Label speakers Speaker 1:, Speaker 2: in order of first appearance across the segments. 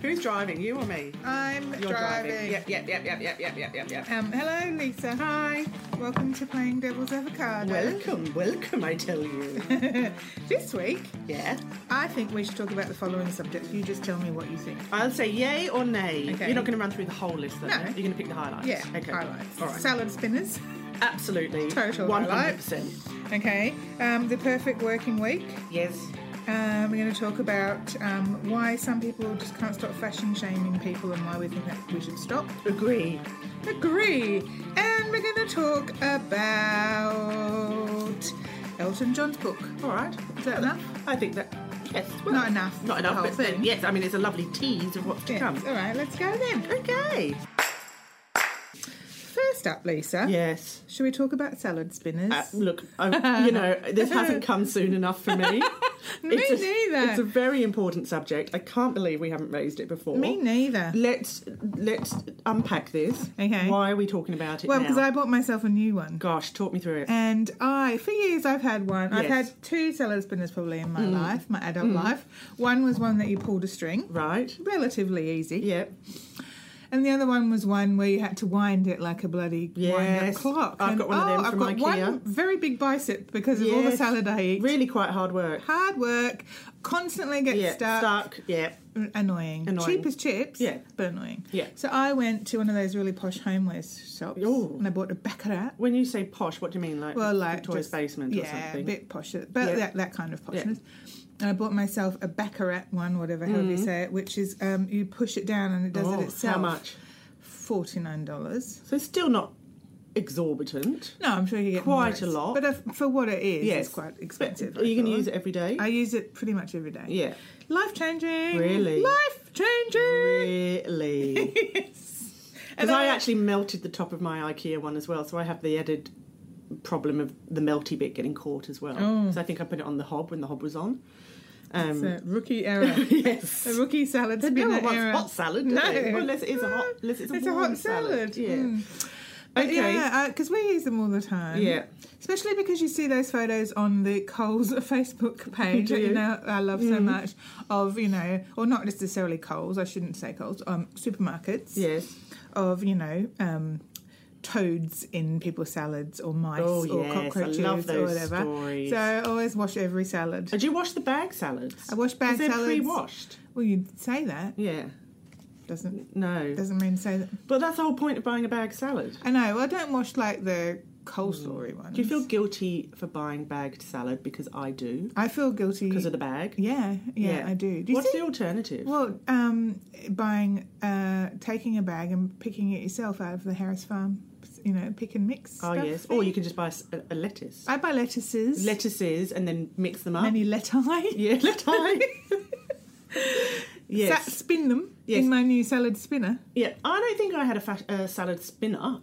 Speaker 1: Who's driving? You or me?
Speaker 2: I'm
Speaker 1: You're
Speaker 2: driving.
Speaker 1: Yep, yep, yep, yep, yep, yep, yep, yep, yep.
Speaker 2: Um, hello, Lisa. Hi. Welcome to Playing Devil's Avocado.
Speaker 1: Welcome, welcome, I tell you.
Speaker 2: this week,
Speaker 1: yeah.
Speaker 2: I think we should talk about the following subject. You just tell me what you think.
Speaker 1: I'll say yay or nay.
Speaker 2: Okay.
Speaker 1: You're not going to run through the whole list, though.
Speaker 2: No.
Speaker 1: You're going to pick the highlights.
Speaker 2: Yeah,
Speaker 1: Okay.
Speaker 2: highlights.
Speaker 1: All right.
Speaker 2: Salad spinners.
Speaker 1: Absolutely.
Speaker 2: Total
Speaker 1: 100%.
Speaker 2: Okay. Um, the perfect working week.
Speaker 1: Yes.
Speaker 2: Um, we're going to talk about um, why some people just can't stop fashion shaming people and why we think that we should stop.
Speaker 1: Agree.
Speaker 2: Agree. And we're going to talk about Elton John's book.
Speaker 1: All right.
Speaker 2: Is that enough?
Speaker 1: I think that. Yes. well,
Speaker 2: Not enough.
Speaker 1: Not
Speaker 2: for
Speaker 1: enough.
Speaker 2: The whole
Speaker 1: but then,
Speaker 2: thing.
Speaker 1: yes, I mean, it's a lovely tease of what's to
Speaker 2: Yes.
Speaker 1: come.
Speaker 2: All right, let's go then.
Speaker 1: Okay.
Speaker 2: First up, Lisa.
Speaker 1: Yes.
Speaker 2: Should we talk about salad spinners?
Speaker 1: Uh, look, I, you know, this hasn't come soon enough for me.
Speaker 2: Me
Speaker 1: it's a,
Speaker 2: neither.
Speaker 1: It's a very important subject. I can't believe we haven't raised it before.
Speaker 2: Me neither.
Speaker 1: Let's let's unpack this.
Speaker 2: Okay.
Speaker 1: Why are we talking about it
Speaker 2: Well,
Speaker 1: now?
Speaker 2: because I bought myself a new one.
Speaker 1: Gosh, talk me through it.
Speaker 2: And I, for years, I've had one.
Speaker 1: Yes.
Speaker 2: I've
Speaker 1: Mm.
Speaker 2: had two salad spinners probably in my life, my adult life. One was one that you pulled a string,
Speaker 1: right.
Speaker 2: relatively easy.
Speaker 1: Yeah.
Speaker 2: And the other one was one where you had to wind it like a bloody wind up
Speaker 1: Yes.
Speaker 2: clock.
Speaker 1: I've
Speaker 2: And,
Speaker 1: got one of them
Speaker 2: oh, I've
Speaker 1: from
Speaker 2: got one
Speaker 1: IKEA.
Speaker 2: very big bicep because of all the
Speaker 1: Yes.
Speaker 2: salad I eat.
Speaker 1: Really quite hard work.
Speaker 2: Hard work, constantly get
Speaker 1: Yeah.
Speaker 2: stuck.
Speaker 1: Yeah.
Speaker 2: Mm, Annoying.
Speaker 1: Annoying.
Speaker 2: Cheap as chips,
Speaker 1: Yeah.
Speaker 2: but annoying.
Speaker 1: Yeah.
Speaker 2: So I went to one of those really posh homeware shops
Speaker 1: Ooh.
Speaker 2: and I bought a baccarat.
Speaker 1: When you say posh, what do you mean? Like,
Speaker 2: Well, like
Speaker 1: Victoria's
Speaker 2: just-
Speaker 1: basement
Speaker 2: yeah,
Speaker 1: or something?
Speaker 2: a bit posh, but
Speaker 1: Yeah.
Speaker 2: that, that kind of poshness. And I bought myself a baccarat one, whatever hell you say it, which is um, you push it down and it does
Speaker 1: Mm-hmm. Oh,
Speaker 2: it itself.
Speaker 1: How much?
Speaker 2: Forty nine dollars.
Speaker 1: So it's still not exorbitant.
Speaker 2: No, I'm sure you get
Speaker 1: Quite
Speaker 2: more.
Speaker 1: a lot.
Speaker 2: but if, for what it is,
Speaker 1: Yes.
Speaker 2: it's quite
Speaker 1: But
Speaker 2: expensive.
Speaker 1: are you going to use
Speaker 2: it?
Speaker 1: it every day?
Speaker 2: I use it pretty much every day.
Speaker 1: yeah.
Speaker 2: Life changing.
Speaker 1: Really?
Speaker 2: Life changing.
Speaker 1: Really?
Speaker 2: yes.
Speaker 1: Because I actually melted the top of my IKEA one as well, so I have the added problem of the melty bit getting caught as well.
Speaker 2: Oh.
Speaker 1: So I think I put it on the hob when the hob was on.
Speaker 2: It's
Speaker 1: Um,
Speaker 2: a rookie error.
Speaker 1: yes.
Speaker 2: a rookie salad
Speaker 1: No
Speaker 2: spinner
Speaker 1: one wants
Speaker 2: error.
Speaker 1: hot salad, do
Speaker 2: No.
Speaker 1: they? Well, unless it is a hot, unless it's a,
Speaker 2: It's a
Speaker 1: warm
Speaker 2: hot salad.
Speaker 1: Yeah.
Speaker 2: Mm. But
Speaker 1: Okay.
Speaker 2: Yeah, because we use them all the time.
Speaker 1: Yeah.
Speaker 2: Especially because you see those photos on the Coles Facebook page
Speaker 1: Do
Speaker 2: that you
Speaker 1: you?
Speaker 2: know I love
Speaker 1: Mm.
Speaker 2: so much of, you know, or not necessarily Coles, I shouldn't say Coles, um, supermarkets
Speaker 1: Yes.
Speaker 2: of, you know, um, toads in people's salads or mice
Speaker 1: Oh,
Speaker 2: or
Speaker 1: yes, I
Speaker 2: cockroaches
Speaker 1: love
Speaker 2: or
Speaker 1: those
Speaker 2: whatever.
Speaker 1: stories.
Speaker 2: So I always wash every salad.
Speaker 1: Did you wash the bag salads?
Speaker 2: I wash
Speaker 1: 'Cause
Speaker 2: bag
Speaker 1: they're
Speaker 2: salads.
Speaker 1: pre-washed.
Speaker 2: Well, you say that
Speaker 1: Yeah.
Speaker 2: doesn't
Speaker 1: No.
Speaker 2: doesn't mean say that.
Speaker 1: But that's the whole point of buying a bag salad.
Speaker 2: I know. Well, I don't wash like the coleslaw ones.
Speaker 1: Mm. Do you feel guilty for buying bagged salad? Because I do.
Speaker 2: I feel guilty
Speaker 1: Because of the bag.
Speaker 2: Yeah, yeah, I do. do you
Speaker 1: What's
Speaker 2: see-
Speaker 1: the alternative?
Speaker 2: well, um, buying, uh, taking a bag and picking it yourself out of the Harris Farm, you know, pick and mix.
Speaker 1: Oh
Speaker 2: stuff
Speaker 1: yes,
Speaker 2: thing.
Speaker 1: or you can just buy s- a, a lettuce,
Speaker 2: I buy lettuces,
Speaker 1: lettuces, and then mix them up.
Speaker 2: many leti.
Speaker 1: Yeah, lettuce. yes,
Speaker 2: Sa- spin them
Speaker 1: Yes.
Speaker 2: in my new salad spinner.
Speaker 1: yeah. I don't think I had a fa- uh, salad spinner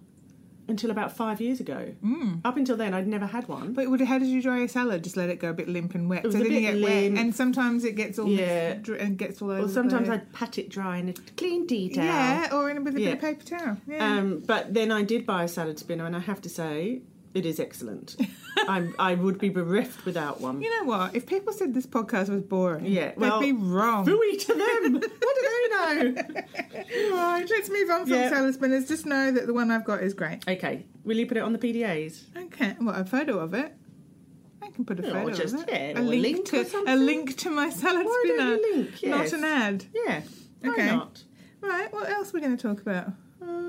Speaker 1: until about five years ago.
Speaker 2: Hmm.
Speaker 1: Mm. Up until then, I'd never had one.
Speaker 2: But would, how did you dry your salad? Just let it go a bit limp and wet.
Speaker 1: It was
Speaker 2: so
Speaker 1: a
Speaker 2: it didn't
Speaker 1: bit
Speaker 2: get
Speaker 1: limp.
Speaker 2: wet, and sometimes it gets all
Speaker 1: Yeah.
Speaker 2: mixed dr- and gets all over.
Speaker 1: Well,
Speaker 2: the
Speaker 1: sometimes
Speaker 2: place.
Speaker 1: I'd pat it dry in a clean tea towel.
Speaker 2: yeah, or in a, with a
Speaker 1: Yeah.
Speaker 2: bit of paper towel. Yeah,
Speaker 1: Um, but then I did buy a salad spinner, and I have to say, it is excellent. I'm, I would be bereft without one.
Speaker 2: you know what? If people said this podcast was boring,
Speaker 1: Yeah, well,
Speaker 2: they'd be wrong.
Speaker 1: Fooey to them. what do they know?
Speaker 2: Right, let's move on from
Speaker 1: Yeah.
Speaker 2: salad spinners. Just know that the one I've got is great.
Speaker 1: Okay, will you put it on the PDAs?
Speaker 2: Okay, well, a photo of it. I can put a
Speaker 1: Or
Speaker 2: photo
Speaker 1: just,
Speaker 2: of it.
Speaker 1: yeah, or
Speaker 2: a
Speaker 1: a
Speaker 2: link,
Speaker 1: link or
Speaker 2: to a
Speaker 1: something.
Speaker 2: link to my salad
Speaker 1: Why don't
Speaker 2: spinner,
Speaker 1: you link? Yes.
Speaker 2: not an ad.
Speaker 1: Yeah. Why
Speaker 2: Okay.
Speaker 1: not?
Speaker 2: Right, what else are we going to talk about?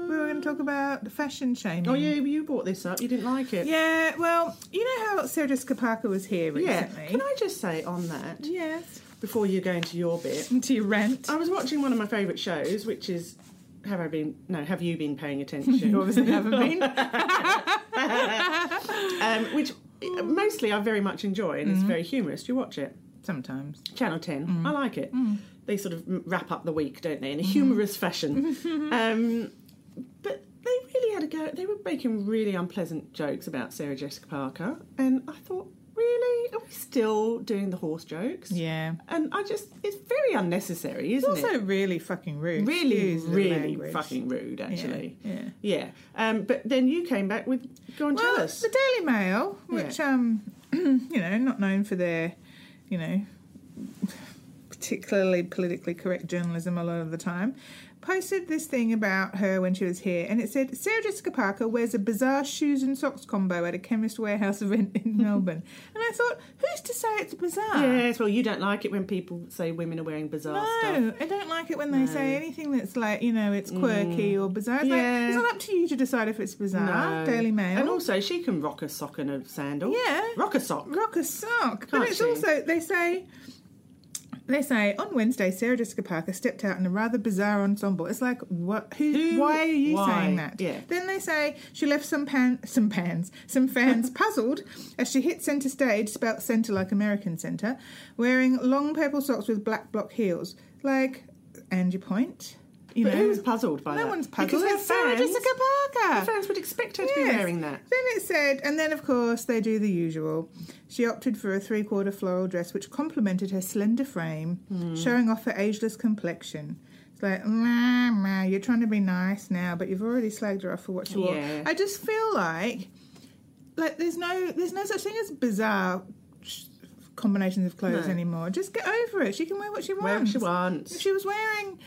Speaker 2: we were going to talk about fashion shaming.
Speaker 1: Oh yeah, you brought this up. You didn't like it.
Speaker 2: Yeah, well, you know how Sarah Jessica Parker was here
Speaker 1: Yeah.
Speaker 2: recently.
Speaker 1: Can I just say on that
Speaker 2: Yes.
Speaker 1: before you go into your bit?
Speaker 2: Into your rent.
Speaker 1: I was watching one of my favourite shows, which is Have I Been? No, Have You Been Paying Attention?
Speaker 2: You obviously haven't been.
Speaker 1: um, which uh, mostly I very much enjoy and it's very humorous. Do you watch it?
Speaker 2: Sometimes.
Speaker 1: Channel 10.
Speaker 2: Mm.
Speaker 1: I like it. They sort of m- wrap up the week, don't they, in a humorous fashion. um, but they really had a go. They were making really unpleasant jokes about Sarah Jessica Parker. And I thought, really? Are we still doing the horse jokes?
Speaker 2: Yeah.
Speaker 1: And I just, it's very unnecessary,
Speaker 2: It's
Speaker 1: isn't it?
Speaker 2: also really fucking rude.
Speaker 1: Really,
Speaker 2: Excuse the
Speaker 1: really
Speaker 2: language.
Speaker 1: fucking rude, actually.
Speaker 2: Yeah. yeah.
Speaker 1: Yeah. Um, but then you came back with, go and
Speaker 2: Well,
Speaker 1: tell us.
Speaker 2: the Daily Mail,
Speaker 1: Yeah.
Speaker 2: which um, you know, not known for their, you know, particularly politically correct journalism a lot of the time, posted this thing about her when she was here, and it said Sarah Jessica Parker wears a bizarre shoes and socks combo at a chemist warehouse event in Melbourne. And I thought, who's to say it's bizarre?
Speaker 1: Yes, well, you don't like it when people say women are wearing bizarre
Speaker 2: No,
Speaker 1: stuff.
Speaker 2: I don't like it when they say anything that's like, you know, it's quirky or bizarre. It's,
Speaker 1: Mm. Yeah.
Speaker 2: like, it's not up to you to decide if it's
Speaker 1: No.
Speaker 2: bizarre. Daily Mail.
Speaker 1: And also, she can rock a sock and a sandal.
Speaker 2: Yeah.
Speaker 1: Rock a sock.
Speaker 2: rock a sock.
Speaker 1: Can't
Speaker 2: but it's
Speaker 1: she?
Speaker 2: also they say they say on Wednesday Sarah Jessica Parker stepped out in a rather bizarre ensemble. It's like what? Who?
Speaker 1: Who-
Speaker 2: why are you
Speaker 1: why?
Speaker 2: saying that?
Speaker 1: Yeah.
Speaker 2: Then they say she left some pan some pans some fans puzzled as she hit centre stage, spelt centre like American centre, wearing long purple socks with black block heels. Like, and your point. You
Speaker 1: But
Speaker 2: know,
Speaker 1: who's puzzled by
Speaker 2: no
Speaker 1: that?
Speaker 2: one's
Speaker 1: Because
Speaker 2: puzzled.
Speaker 1: her
Speaker 2: It's uh, Sarah
Speaker 1: fans-
Speaker 2: Jessica Parker.
Speaker 1: Her fans would expect her to be
Speaker 2: Yes.
Speaker 1: wearing that.
Speaker 2: Then it said, and then of course they do the usual. She opted for a three quarter floral dress which complemented her slender frame,
Speaker 1: Hmm.
Speaker 2: showing off her ageless complexion. It's like, meh, meh, you're trying to be nice now, but you've already slagged her off for what she wore.
Speaker 1: Yeah.
Speaker 2: I just feel like, like there's no, there's no such thing as bizarre sh- combinations of clothes
Speaker 1: No.
Speaker 2: anymore. Just get over it. She can wear what she
Speaker 1: Well,
Speaker 2: wants.
Speaker 1: she wants.
Speaker 2: If she was wearing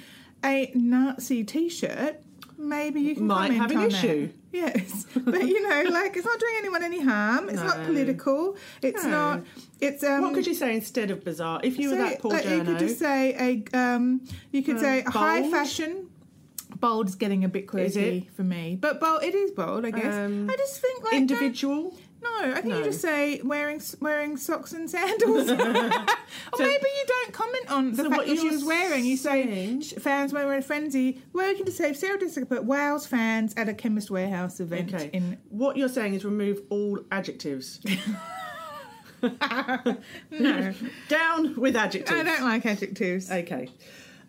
Speaker 2: a Nazi T-shirt, maybe you can
Speaker 1: Might
Speaker 2: comment
Speaker 1: have an
Speaker 2: on
Speaker 1: issue.
Speaker 2: That. Yes, but you know, like it's not doing anyone any harm. It's not
Speaker 1: No.
Speaker 2: political. It's
Speaker 1: No.
Speaker 2: not. It's um.
Speaker 1: what could you say instead of bizarre? If you were
Speaker 2: say-
Speaker 1: that poor
Speaker 2: like, You
Speaker 1: journo,
Speaker 2: could just say a. Um, you could
Speaker 1: Um,
Speaker 2: say a high
Speaker 1: bold?
Speaker 2: fashion. Bold's getting a bit
Speaker 1: Is it?
Speaker 2: quirky for me, but bold it is bold, I guess.
Speaker 1: Um,
Speaker 2: I just think like uh, don't-
Speaker 1: individual.
Speaker 2: no, I think
Speaker 1: No.
Speaker 2: you just say wearing wearing socks and sandals, or maybe you don't comment on the
Speaker 1: So
Speaker 2: fact
Speaker 1: what
Speaker 2: that she
Speaker 1: you're
Speaker 2: was wearing. You say
Speaker 1: saying-
Speaker 2: "Sh- fans when we're in a frenzy. Well, you can just say Sarah Jessica, but Wales fans at a Chemist Warehouse event
Speaker 1: Okay.
Speaker 2: in.
Speaker 1: What you're saying is remove all adjectives.
Speaker 2: No,
Speaker 1: Down with adjectives.
Speaker 2: I don't like adjectives.
Speaker 1: Okay.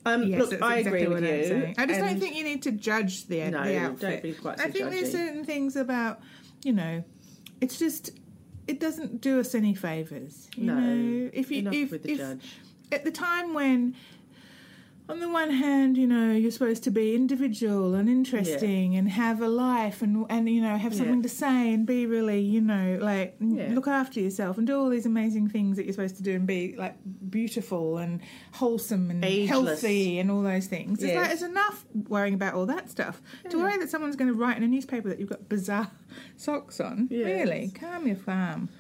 Speaker 1: Um,
Speaker 2: Yes,
Speaker 1: look,
Speaker 2: that's
Speaker 1: I
Speaker 2: exactly
Speaker 1: agree
Speaker 2: what
Speaker 1: with
Speaker 2: I'm
Speaker 1: you.
Speaker 2: saying. I just don't
Speaker 1: and-
Speaker 2: think you need to judge the,
Speaker 1: No,
Speaker 2: the
Speaker 1: don't
Speaker 2: outfit.
Speaker 1: be quite
Speaker 2: I
Speaker 1: so
Speaker 2: think there's
Speaker 1: judgy.
Speaker 2: certain things about, you know, it's just it doesn't do us any favors. You
Speaker 1: No,
Speaker 2: know, if you
Speaker 1: enough
Speaker 2: if,
Speaker 1: with the
Speaker 2: if-
Speaker 1: judge.
Speaker 2: at the time when on the one hand, you know, you're supposed to be individual and interesting and have a life and and you know, have
Speaker 1: Yeah.
Speaker 2: something to say and be really, you know, like n-
Speaker 1: Yeah.
Speaker 2: look after yourself and do all these amazing things that you're supposed to do and be like beautiful and wholesome and
Speaker 1: Ageless.
Speaker 2: healthy and all those things. It's like
Speaker 1: Yes.
Speaker 2: it's enough worrying about all that stuff. To worry that someone's going to write in a newspaper that you've got bizarre socks on.
Speaker 1: Yes.
Speaker 2: Really? Calm your farm.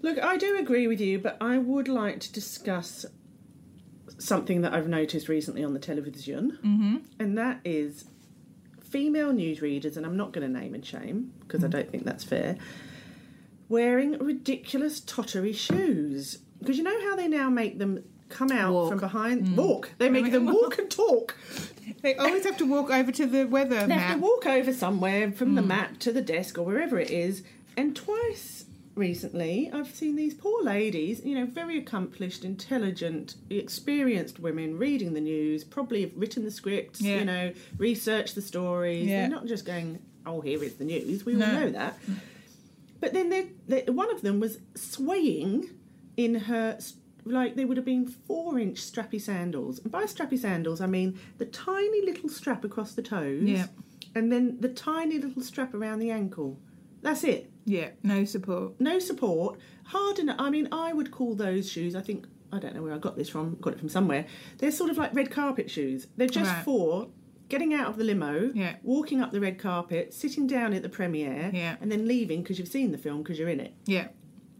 Speaker 1: Look, I do agree with you, but I would like to discuss something that I've noticed recently on the television, mm-hmm. and that is female newsreaders, and I'm not going to name and shame because I don't think that's fair, wearing ridiculous tottery shoes. Because you know how they now make them come out
Speaker 2: Walk.
Speaker 1: from behind, walk. Mm. They make them walk and talk.
Speaker 2: They always have to walk over to the weather
Speaker 1: They have to
Speaker 2: map.
Speaker 1: walk over somewhere from
Speaker 2: Hmm.
Speaker 1: the map to the desk or wherever it is. And twice recently, I've seen these poor ladies, you know, very accomplished, intelligent, experienced women reading the news, probably have written the scripts,
Speaker 2: Yeah.
Speaker 1: you know, researched the stories.
Speaker 2: Yeah.
Speaker 1: They're not just going, oh, here is the news. We all
Speaker 2: No.
Speaker 1: know that. But then they, they, one of them was swaying in her, s- like they would have been four inch strappy sandals. And by strappy sandals, I mean the tiny little strap across the toes.
Speaker 2: Yeah.
Speaker 1: And then the tiny little strap around the ankle. That's it.
Speaker 2: Yeah, no support.
Speaker 1: No support. Hard enough. I mean, I would call those shoes, I think, I don't know where I got this from, got it from somewhere. They're sort of like red carpet shoes. They're just
Speaker 2: Right.
Speaker 1: for getting out of the limo,
Speaker 2: Yeah.
Speaker 1: walking up the red carpet, sitting down at the premiere,
Speaker 2: Yeah.
Speaker 1: and then leaving because you've seen the film because you're in it.
Speaker 2: Yeah.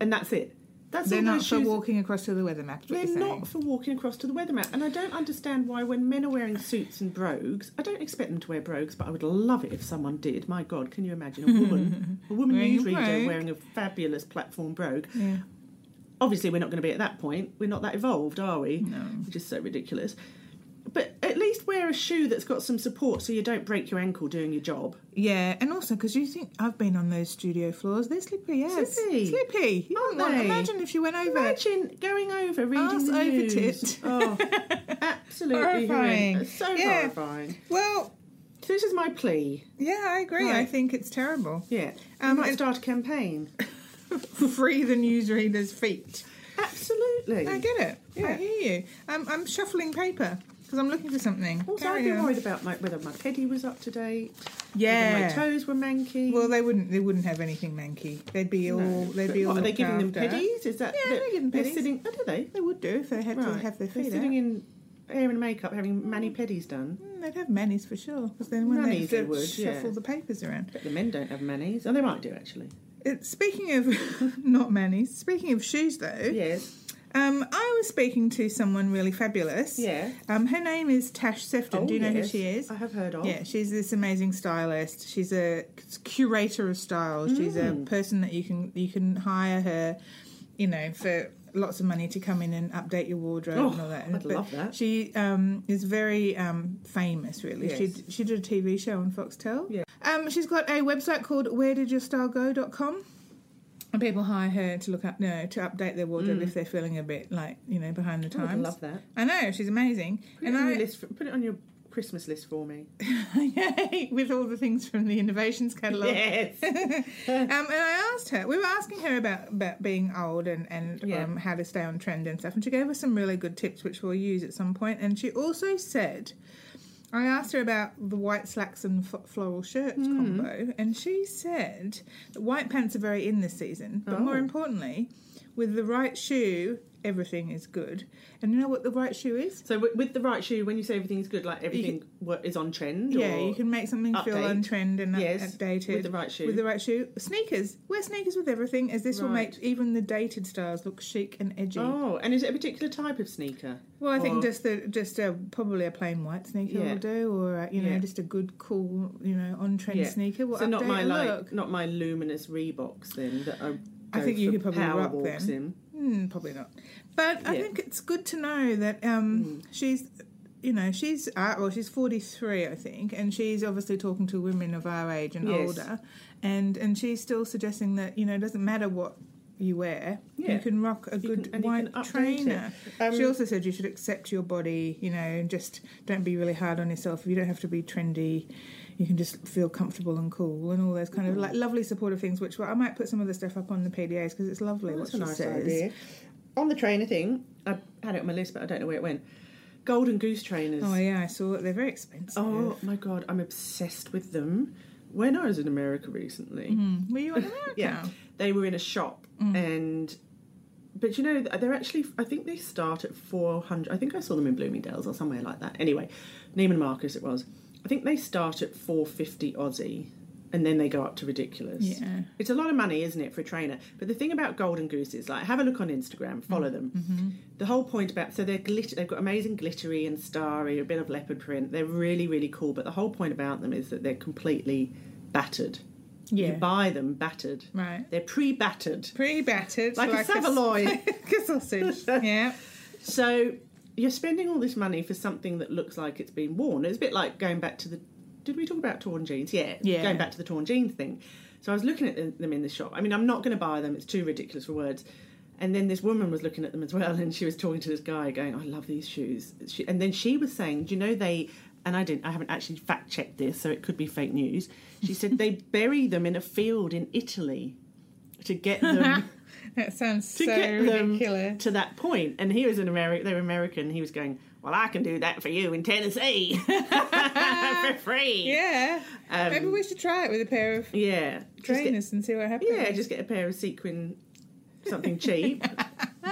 Speaker 1: And that's it. That's
Speaker 2: They're
Speaker 1: all those
Speaker 2: not for
Speaker 1: shoes-
Speaker 2: walking across to the weather map. is what
Speaker 1: They're
Speaker 2: you're saying.
Speaker 1: not for walking across to the weather mat. And I don't understand why, when men are wearing suits and brogues, I don't expect them to wear brogues, but I would love it if someone did. My God, can you imagine a woman, a woman
Speaker 2: Wearing a
Speaker 1: newsreader
Speaker 2: brogue.
Speaker 1: wearing a fabulous platform brogue?
Speaker 2: Yeah.
Speaker 1: Obviously, we're not going to be at that point. We're not that evolved, are we?
Speaker 2: No.
Speaker 1: Which is so ridiculous. But at least wear a shoe that's got some support so you don't break your ankle doing your job.
Speaker 2: Yeah, and also because you think I've been on those studio floors, they're slippery. Yes,
Speaker 1: Slippery.
Speaker 2: Slippery. You
Speaker 1: Aren't
Speaker 2: wouldn't want-
Speaker 1: they?
Speaker 2: imagine if you went over.
Speaker 1: Imagine going over reading
Speaker 2: Arse
Speaker 1: the
Speaker 2: over
Speaker 1: news.
Speaker 2: tit.
Speaker 1: Oh, absolutely
Speaker 2: Horrifying.
Speaker 1: horrendous. So
Speaker 2: Yeah.
Speaker 1: horrifying.
Speaker 2: Well,
Speaker 1: So this is my plea.
Speaker 2: yeah, I agree. I
Speaker 1: Right.
Speaker 2: think it's terrible.
Speaker 1: Yeah.
Speaker 2: Um,
Speaker 1: Um, might
Speaker 2: and-
Speaker 1: start a campaign.
Speaker 2: Free the newsreader's feet.
Speaker 1: Absolutely.
Speaker 2: I get it. I
Speaker 1: Yeah.
Speaker 2: hear you. Um, I'm shuffling paper because I'm looking for something.
Speaker 1: Also,
Speaker 2: Carry
Speaker 1: I'd be
Speaker 2: on.
Speaker 1: worried about my, whether my pedi was up to date. Whether my
Speaker 2: Yeah.
Speaker 1: toes were manky.
Speaker 2: Well, they wouldn't. They wouldn't have anything manky. They'd be all. They'd
Speaker 1: But
Speaker 2: be all.
Speaker 1: what, are they
Speaker 2: looked
Speaker 1: giving them
Speaker 2: after.
Speaker 1: pedis? Is that
Speaker 2: Yeah,
Speaker 1: that-
Speaker 2: they're giving
Speaker 1: they're
Speaker 2: pedis.
Speaker 1: sitting? Oh, do they?
Speaker 2: They would do if they had to
Speaker 1: Right.
Speaker 2: have their feet
Speaker 1: They're sitting
Speaker 2: out.
Speaker 1: in hair and makeup, having mani pedis done.
Speaker 2: Mm, they'd have manis for sure, because then when
Speaker 1: Manis
Speaker 2: they,
Speaker 1: they would, yeah.
Speaker 2: shuffle the papers around.
Speaker 1: But the men don't have manis. Oh, they might do actually.
Speaker 2: Uh, speaking of not manis, speaking of shoes though,
Speaker 1: Yes.
Speaker 2: um, I was speaking to someone really fabulous.
Speaker 1: Yeah.
Speaker 2: Um, her name is Tash Sefton.
Speaker 1: Oh,
Speaker 2: Do you know who
Speaker 1: yes.
Speaker 2: she is?
Speaker 1: I have heard of.
Speaker 2: Yeah, she's this amazing stylist. She's a curator of styles. She's a
Speaker 1: Mm.
Speaker 2: person that you can you can hire her, you know, for lots of money to come in and update your wardrobe and
Speaker 1: Oh,
Speaker 2: all that.
Speaker 1: I'd love that.
Speaker 2: She um, is very um, famous, really. She
Speaker 1: Yes.
Speaker 2: d- she did a TV show on Foxtel.
Speaker 1: Yeah.
Speaker 2: Um, she's got a website called WhereDidYourStyleGo.com. And people hire her to look up, no, to update their wardrobe if they're feeling a bit like, you know, behind the
Speaker 1: Mm. Oh, I
Speaker 2: times.
Speaker 1: would love that.
Speaker 2: I know she's amazing,
Speaker 1: Put it,
Speaker 2: and
Speaker 1: on your
Speaker 2: I
Speaker 1: list for, put it on your Christmas list for me.
Speaker 2: Yay, with all the things from the innovations catalogue.
Speaker 1: Yes.
Speaker 2: um, and I asked her, we were asking her about, about being old and, and
Speaker 1: Yeah.
Speaker 2: um, how to stay on trend and stuff. And she gave us some really good tips, which we'll use at some point. And she also said, I asked her about the white slacks and f- floral shirts
Speaker 1: Mm.
Speaker 2: combo. And she said that white pants are very in this season. But more
Speaker 1: Oh.
Speaker 2: importantly, with the right shoe, everything is good. And you know what the right shoe is?
Speaker 1: So with, with the right shoe, when you say everything is good, like everything wo- is on trend.
Speaker 2: Yeah,
Speaker 1: or,
Speaker 2: you can make something feel
Speaker 1: update.
Speaker 2: on trend and up-
Speaker 1: Yes,
Speaker 2: updated
Speaker 1: with the right shoe.
Speaker 2: With the right shoe, sneakers. Wear sneakers with everything, as this will make
Speaker 1: Right.
Speaker 2: even the dated styles look chic and edgy.
Speaker 1: Oh, and is it a particular type of sneaker?
Speaker 2: well, I think
Speaker 1: or-
Speaker 2: just the just a, probably a plain white sneaker
Speaker 1: Yeah.
Speaker 2: will do, or uh, you know,
Speaker 1: Yeah.
Speaker 2: just a good, cool, you know, on trend
Speaker 1: Yeah.
Speaker 2: sneaker. Will
Speaker 1: so not
Speaker 2: update
Speaker 1: my
Speaker 2: a
Speaker 1: like,
Speaker 2: look.
Speaker 1: not my luminous Reeboks then that I.
Speaker 2: I
Speaker 1: go
Speaker 2: think
Speaker 1: for
Speaker 2: you could probably
Speaker 1: power
Speaker 2: rock
Speaker 1: walks
Speaker 2: them.
Speaker 1: in.
Speaker 2: Hmm, probably not. But I
Speaker 1: Yeah. Hmm.
Speaker 2: think it's good to know that um, she's, you know, she's uh, well, she's forty three, I think, and she's obviously talking to women of our age and
Speaker 1: Yes.
Speaker 2: older, and and she's still suggesting that you know it doesn't matter what you wear, you
Speaker 1: Yeah.
Speaker 2: can rock a
Speaker 1: can-
Speaker 2: good
Speaker 1: and you can
Speaker 2: white
Speaker 1: update
Speaker 2: trainer.
Speaker 1: it. Um,
Speaker 2: she also said you should accept your body, you know, and just don't be really hard on yourself. You don't have to be trendy. You can just feel comfortable and cool and all those kind of
Speaker 1: Mm-hmm.
Speaker 2: like lovely supportive things. Which well, I might put some of the stuff up on the PDAs because it's lovely what
Speaker 1: That's
Speaker 2: she
Speaker 1: a nice
Speaker 2: says.
Speaker 1: idea. On the trainer thing, I had it on my list, but I don't know where it went. Golden goose trainers.
Speaker 2: Oh yeah, I saw it. They're very expensive.
Speaker 1: Oh, my god, I'm obsessed with them. When I was in America recently,
Speaker 2: Mm. were you on America?
Speaker 1: Yeah. they were in a shop
Speaker 2: Mm.
Speaker 1: and but you know they're actually i think they start at 400 i think i saw them in bloomingdale's or somewhere like that anyway neiman marcus it was i think they start at 450 aussie and then they go up to ridiculous
Speaker 2: Yeah.
Speaker 1: it's a lot of money isn't it for a trainer but the thing about golden goose is like have a look on instagram follow them
Speaker 2: Mm-hmm.
Speaker 1: the whole point about so they're glitter they've got amazing glittery and starry a bit of leopard print they're really really cool but the whole point about them is that they're completely battered you
Speaker 2: Yeah.
Speaker 1: buy them battered
Speaker 2: Right.
Speaker 1: they're pre-battered.
Speaker 2: Pretty battered,
Speaker 1: Like a saveloy.
Speaker 2: like a sausage. yeah.
Speaker 1: So you're spending all this money for something that looks like it's been worn. It's a bit like going back to the. Did we talk about torn jeans? Yeah.
Speaker 2: Yeah.
Speaker 1: Going back to the torn jeans thing. So I was looking at them- them in the shop. I mean, I'm not going to buy them. It's too ridiculous for words. And then this woman was looking at them as well, and she was talking to this guy, going, "I love these shoes." She, and then she was saying, "Do you know they?" And I didn't. I haven't actually fact checked this, so it could be fake news. She said they bury them in a field in Italy to get them.
Speaker 2: That sounds
Speaker 1: Um, to
Speaker 2: so
Speaker 1: get them
Speaker 2: ridiculous.
Speaker 1: to that point. And he was an American. They were American. He was going, "Well, I can do that for you in Tennessee for free."
Speaker 2: Yeah.
Speaker 1: Um,
Speaker 2: Maybe we should try it with a pair of
Speaker 1: Yeah, Just get-
Speaker 2: trainers and see what happens.
Speaker 1: yeah, just get a pair of sequin, something cheap.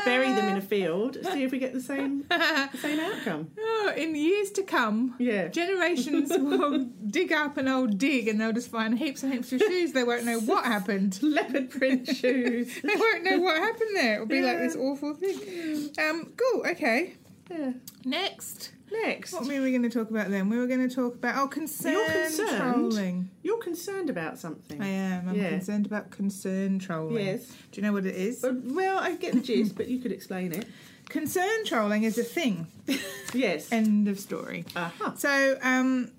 Speaker 1: bury them in a field. See if we get the same the same outcome.
Speaker 2: Oh, in years to come,
Speaker 1: Yeah.
Speaker 2: generations will dig up an old dig and they'll just find heaps and heaps of shoes. They won't know what happened.
Speaker 1: Leopard print shoes.
Speaker 2: They won't know what happened there. It'll be like
Speaker 1: Yeah.
Speaker 2: this awful thing. Um, cool. Okay.
Speaker 1: Yeah.
Speaker 2: Next.
Speaker 1: Next,
Speaker 2: What were we going to talk about then? We were going to talk about oh concern
Speaker 1: You're concerned?
Speaker 2: trolling.
Speaker 1: you're concerned about something.
Speaker 2: I am. I'm
Speaker 1: Yeah.
Speaker 2: concerned about concern trolling.
Speaker 1: Yes.
Speaker 2: Do you know what it is?
Speaker 1: Uh, Well, I get the gist, but you could explain it.
Speaker 2: Concern trolling is a thing.
Speaker 1: Yes.
Speaker 2: End of story.
Speaker 1: Uh-huh.
Speaker 2: So um,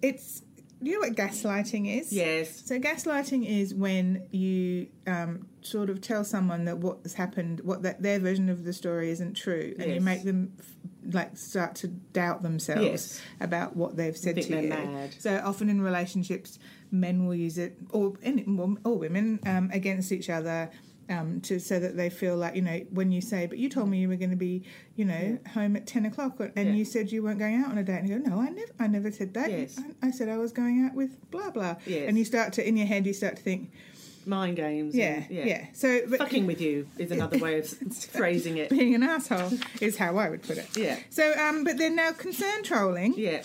Speaker 2: it's you know what gaslighting is.
Speaker 1: Yes.
Speaker 2: So gaslighting is when you um, sort of tell someone that what has happened, what that their version of the story isn't true, and you
Speaker 1: Yes.
Speaker 2: make them f- like start to doubt themselves
Speaker 1: Yes.
Speaker 2: about what they've said
Speaker 1: think
Speaker 2: to
Speaker 1: they're
Speaker 2: you.
Speaker 1: mad.
Speaker 2: So often in relationships, men will use it, or any, well, or women um, against each other. Um, to so that they feel like you know when you say, but you told me you were going to be, you know, home at ten o'clock, and
Speaker 1: Yeah.
Speaker 2: you said you weren't going out on a date, and you go, no, I never, I never said that.
Speaker 1: Yes.
Speaker 2: I, I said I was going out with blah blah,
Speaker 1: Yes.
Speaker 2: and you start to in your head you start to think
Speaker 1: mind games. and-
Speaker 2: Yeah, yeah. So, but
Speaker 1: Fucking with you is another way of s- phrasing it.
Speaker 2: being an asshole is how I would put it.
Speaker 1: Yeah.
Speaker 2: So, um, but they're now concern trolling,
Speaker 1: Yeah.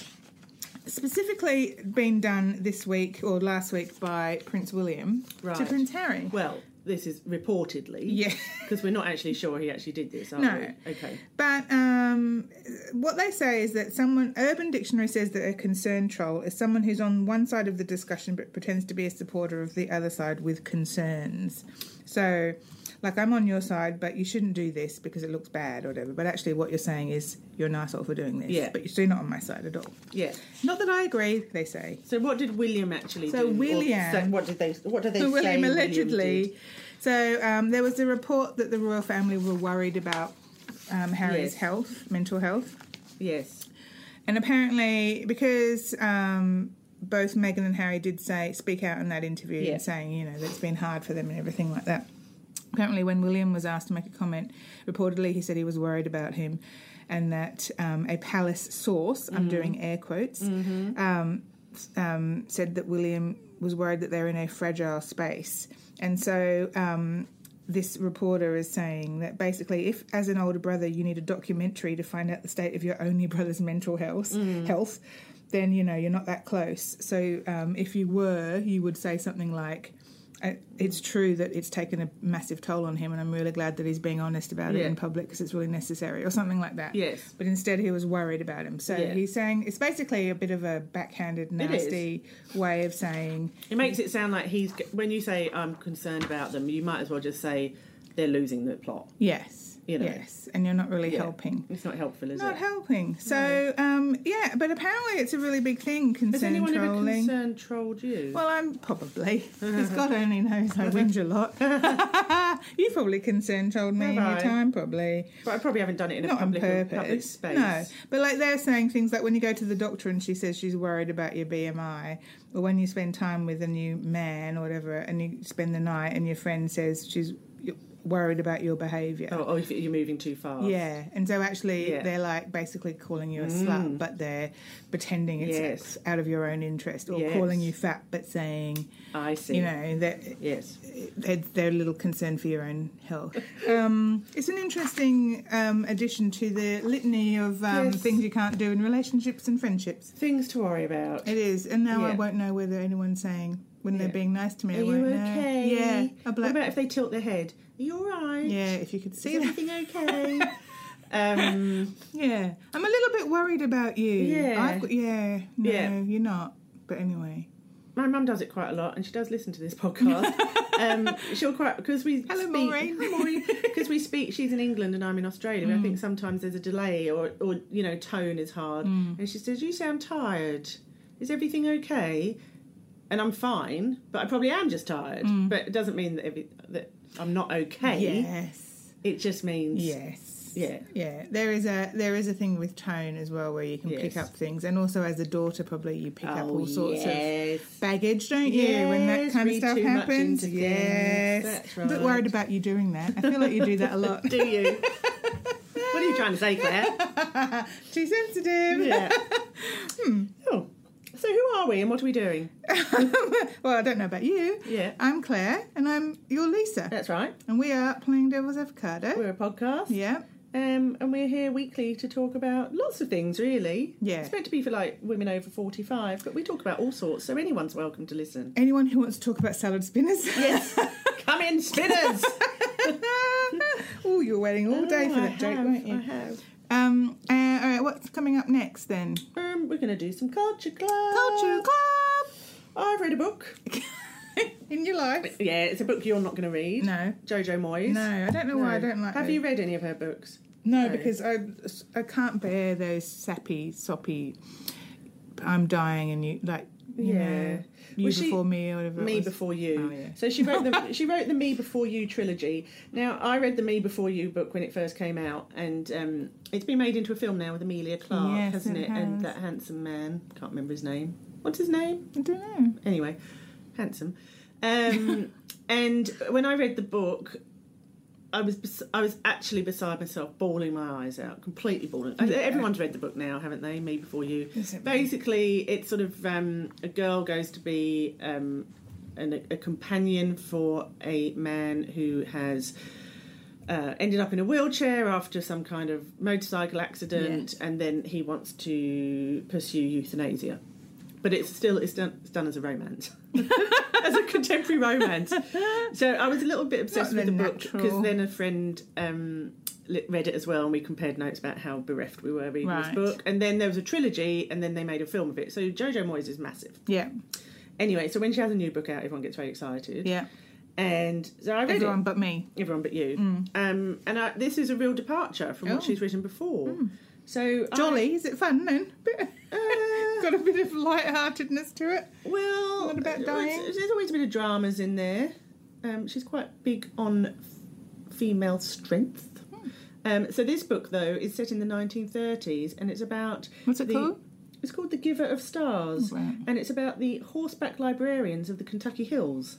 Speaker 2: specifically being done this week or last week by Prince William to
Speaker 1: Right.
Speaker 2: Prince Harry.
Speaker 1: Well, this is reportedly.
Speaker 2: Yeah.
Speaker 1: Because we're not actually sure he actually did this, are
Speaker 2: No.
Speaker 1: we? Okay.
Speaker 2: But um, what they say is that someone, Urban Dictionary says that a concern troll is someone who's on one side of the discussion but pretends to be a supporter of the other side with concerns. So, like, I'm on your side, but you shouldn't do this because it looks bad or whatever. But actually, what you're saying is you're an asshole for doing this.
Speaker 1: Yeah.
Speaker 2: But you're still not on my side at all.
Speaker 1: Yeah.
Speaker 2: Not that I agree, they say.
Speaker 1: So what did William actually
Speaker 2: So
Speaker 1: do? Or
Speaker 2: William-
Speaker 1: say- what did they? What did they say?
Speaker 2: William
Speaker 1: William
Speaker 2: allegedly.
Speaker 1: did?
Speaker 2: so um, there was a report that the royal family were worried about um, Harry's
Speaker 1: Yes.
Speaker 2: health, mental health.
Speaker 1: Yes.
Speaker 2: And apparently, because um, both Meghan and Harry did say speak out in that interview,
Speaker 1: Yeah.
Speaker 2: and saying you know that it's been hard for them and everything like that. Apparently, when William was asked to make a comment, reportedly he said he was worried about him, and that um, a palace source, I'm
Speaker 1: Mm.
Speaker 2: doing air quotes, um, s- um, said that William was worried that they're in a fragile space, and so. Um, this reporter is saying that basically, if as an older brother you need a documentary to find out the state of your only brother's mental health,
Speaker 1: Mm.
Speaker 2: health, then you know you're not that close. So um, if you were, you would say something like, "I- "It's true that it's taken a massive toll on him, and I'm really glad that he's being honest about it
Speaker 1: Yeah.
Speaker 2: in public because it's really necessary," or something like that.
Speaker 1: Yes.
Speaker 2: But instead, he was worried about him. So
Speaker 1: Yeah.
Speaker 2: he's saying it's basically a bit of a backhanded,
Speaker 1: It is.
Speaker 2: nasty way of saying,
Speaker 1: It makes it sound like he's. When you say I'm concerned about them, you might as well just say they're losing the plot.
Speaker 2: "Yes,
Speaker 1: You know.
Speaker 2: yes," and you're not really
Speaker 1: Yeah.
Speaker 2: helping.
Speaker 1: It's not helpful, is
Speaker 2: not
Speaker 1: it?
Speaker 2: helping. So um, yeah, but apparently it's a really big thing. Concern
Speaker 1: Has anyone
Speaker 2: trolling.
Speaker 1: ever concerned trolled you?
Speaker 2: well, I'm probably because God only knows I whinge a lot. you probably concern trolled me
Speaker 1: Have
Speaker 2: in
Speaker 1: I?
Speaker 2: your time, probably
Speaker 1: but I probably haven't done it in a
Speaker 2: not
Speaker 1: public,
Speaker 2: on
Speaker 1: a
Speaker 2: purpose.
Speaker 1: public space.
Speaker 2: No, but like they're saying things like when you go to the doctor and she says she's worried about your BMI, or when you spend time with a new man or whatever, and you spend the night and your friend says she's worried about your behaviour.
Speaker 1: Oh, oh, if you're moving too fast.
Speaker 2: Yeah, and so actually
Speaker 1: Yeah. Mm.
Speaker 2: they're like basically calling you a slut, but they're pretending it's
Speaker 1: Yes.
Speaker 2: out of your own interest, or
Speaker 1: Yes.
Speaker 2: calling you fat, but saying
Speaker 1: I see.
Speaker 2: you know that
Speaker 1: Yes.
Speaker 2: they're, they're a little concerned for your own health. Um, it's an interesting um, addition to the litany of um,
Speaker 1: Yes.
Speaker 2: things you can't do in relationships and friendships.
Speaker 1: Things to worry about.
Speaker 2: It is, and now I
Speaker 1: Yeah.
Speaker 2: won't know whether anyone's saying when they're
Speaker 1: Yeah.
Speaker 2: being nice to me. I
Speaker 1: Are you
Speaker 2: won't know.
Speaker 1: okay?
Speaker 2: Yeah, a
Speaker 1: What
Speaker 2: black.
Speaker 1: about if they tilt their head? Are you all right?
Speaker 2: yeah, if you could
Speaker 1: Is
Speaker 2: see that.
Speaker 1: everything okay? um,
Speaker 2: Yeah, I'm a little bit worried about you.
Speaker 1: Yeah.
Speaker 2: I've got, yeah, no,
Speaker 1: Yeah.
Speaker 2: you're not. But anyway,
Speaker 1: My mum does it quite a lot, and she does listen to this podcast. um, she'll quite because we
Speaker 2: Hello,
Speaker 1: speak,
Speaker 2: Maureen.
Speaker 1: because we speak. She's in England and I'm in Australia. I think sometimes there's a delay or or you know tone is hard, and she says, "You sound tired. Is everything okay?" And I'm fine, but I probably am just tired. But it doesn't mean that, every, that I'm not okay.
Speaker 2: yes,
Speaker 1: It just means
Speaker 2: yes,
Speaker 1: Yeah.
Speaker 2: yeah. There is a there is a thing with tone as well where you can pick
Speaker 1: Yes.
Speaker 2: up things, and also as a daughter, probably you pick up
Speaker 1: Oh,
Speaker 2: all sorts of
Speaker 1: yes.
Speaker 2: baggage, don't you? When that
Speaker 1: Yes,
Speaker 2: kind of
Speaker 1: read
Speaker 2: stuff
Speaker 1: too much
Speaker 2: happens,
Speaker 1: into things.
Speaker 2: yes.
Speaker 1: That's
Speaker 2: I'm a bit
Speaker 1: right.
Speaker 2: worried about you doing that. I feel like you do that a lot.
Speaker 1: Do you? what are you trying to say, Claire?
Speaker 2: Too sensitive.
Speaker 1: Yeah.
Speaker 2: Hmm.
Speaker 1: Oh. So who are we and what are we doing?
Speaker 2: well, I don't know about you.
Speaker 1: Yeah.
Speaker 2: I'm Claire, and I'm your Lisa,
Speaker 1: That's right.
Speaker 2: and we are playing Devil's Avocado.
Speaker 1: We're a podcast.
Speaker 2: yeah.
Speaker 1: Um, and we're here weekly to talk about lots of things, really.
Speaker 2: Yeah.
Speaker 1: It's meant to be for like women over 45, but we talk about all sorts, so anyone's welcome to listen.
Speaker 2: Anyone who wants to talk about salad spinners?
Speaker 1: Yes. Come in, spinners!
Speaker 2: oh, you were waiting all day for
Speaker 1: Oh, I
Speaker 2: that joke,
Speaker 1: have,
Speaker 2: weren't
Speaker 1: I
Speaker 2: you?
Speaker 1: have.
Speaker 2: Um, uh, all right, what's coming up next then? Uh,
Speaker 1: Um, we're going to do some culture club.
Speaker 2: Culture Club!
Speaker 1: I've read a book.
Speaker 2: In your life?
Speaker 1: Yeah, it's a book you're not going to read.
Speaker 2: No.
Speaker 1: Jojo Moyes.
Speaker 2: No, I don't know why Oh, I don't like
Speaker 1: Have
Speaker 2: those.
Speaker 1: you read any of her books?
Speaker 2: No, because I, I can't bear those sappy, soppy, I'm dying and you, like, you
Speaker 1: Yeah.
Speaker 2: know, you
Speaker 1: Was she-
Speaker 2: before me or whatever. it
Speaker 1: Me
Speaker 2: was.
Speaker 1: Before You.
Speaker 2: Oh, yeah.
Speaker 1: So she wrote the she wrote the Me Before You trilogy. Now I read the Me Before You book when it first came out, and um, it's been made into a film now with Amelia Clarke,
Speaker 2: Yes,
Speaker 1: hasn't
Speaker 2: it
Speaker 1: it? And
Speaker 2: has.
Speaker 1: that handsome man can't remember his name. What's his name?
Speaker 2: I don't know.
Speaker 1: Anyway, handsome. Um, and when I read the book. I was bes- I was actually beside myself, bawling my eyes out, completely bawling. I-
Speaker 2: Yeah.
Speaker 1: Everyone's read the book now, haven't they? Me before you
Speaker 2: Is it me?
Speaker 1: basically it's sort of um, a girl goes to be um, an, a companion for a man who has uh, ended up in a wheelchair after some kind of motorcycle accident,
Speaker 3: Yes.
Speaker 1: and then he wants to pursue euthanasia. But it's still it's done, it's done as a romance, as a contemporary romance. So I was a little bit obsessed
Speaker 2: Not
Speaker 1: with the
Speaker 2: the
Speaker 1: book because
Speaker 2: natural.
Speaker 1: then a friend um, li- read it as well, and we compared notes about how bereft we were reading
Speaker 2: Right.
Speaker 1: this book. And then there was a trilogy, and then they made a film of it. So Jojo Moyes is massive.
Speaker 2: Yeah,
Speaker 1: Anyway, so when she has a new book out, everyone gets very excited.
Speaker 2: yeah.
Speaker 1: And so I read it
Speaker 2: Everyone but me.
Speaker 1: everyone but you. Um, and I, this is a real departure from
Speaker 2: Oh. Mm.
Speaker 1: what she's written before. So I-
Speaker 2: Jolly, is it fun then? Bit-
Speaker 1: Uh,
Speaker 2: Got a bit of lightheartedness to it.
Speaker 1: well,
Speaker 2: What about
Speaker 1: uh,
Speaker 2: dying?
Speaker 1: There's, there's always a bit of dramas in there. Um, she's quite big on f- female strength.
Speaker 2: Hmm.
Speaker 1: Um, so this book, though, is set in the 1930s, and it's about
Speaker 2: What's it
Speaker 1: the-
Speaker 2: called? Oh,
Speaker 1: It's called The Giver of Stars,
Speaker 2: Right.
Speaker 1: and it's about the horseback librarians of the Kentucky Hills.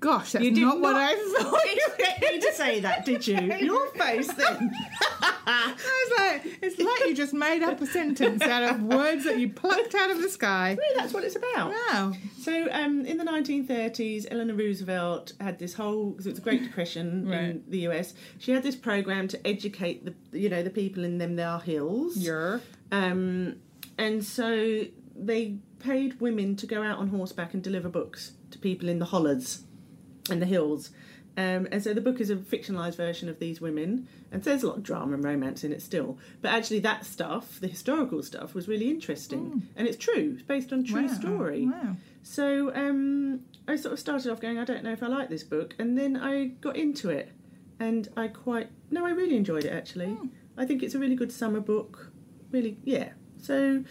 Speaker 2: Gosh, that's
Speaker 1: You
Speaker 2: not,
Speaker 1: did
Speaker 2: what
Speaker 1: not
Speaker 2: I thought.
Speaker 1: expect me to say that, did you? Your face, then.
Speaker 2: I was like, it's like you just made up a sentence out of words that you plucked out of the sky.
Speaker 1: Maybe that's what it's about.
Speaker 2: Wow.
Speaker 1: So, um, in the 1930s, Eleanor Roosevelt had this whole because it was the Great Depression in
Speaker 2: Right.
Speaker 1: the US. She had this program to educate the you know the people in them their hills.
Speaker 2: You're.
Speaker 1: Um, and so they paid women to go out on horseback and deliver books to people in the hollers and the hills. Um, and so the book is a fictionalized version of these women, and so there's a lot of drama and romance in it still. But actually, that stuff, the historical stuff, was really interesting, and it's true. It's based on true
Speaker 2: Hmm. Wow.
Speaker 1: story.
Speaker 2: Wow.
Speaker 1: So um, I sort of started off going, I don't know if I like this book, and then I got into it, and I quite no, I really enjoyed it actually.
Speaker 2: Hmm.
Speaker 1: I think it's a really good summer book. Really, yeah. So,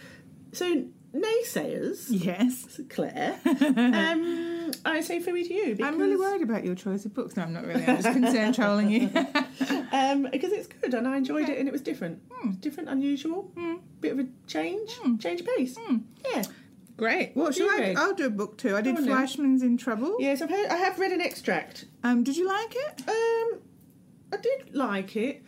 Speaker 1: so naysayers,
Speaker 2: Yes.
Speaker 1: Claire. um, I say for me to you. Because,
Speaker 2: I'm really worried about your choice of books. No, I'm not really. I'm just concerned trolling you.
Speaker 1: um, because it's good, and I enjoyed
Speaker 2: Okay. Hmm.
Speaker 1: it, and it was different, It was different, unusual,
Speaker 2: Mm.
Speaker 1: bit of a change, change of pace. Yeah.
Speaker 2: Hmm. Great. Well,
Speaker 1: What do
Speaker 2: shall
Speaker 1: you
Speaker 2: I?
Speaker 1: read?
Speaker 2: I'll do a book too. I did
Speaker 1: on then.
Speaker 2: Fleischman's in Trouble.
Speaker 1: Yes, I've heard, I have read an extract.
Speaker 2: Um, did you like it?
Speaker 1: Um, I did like it.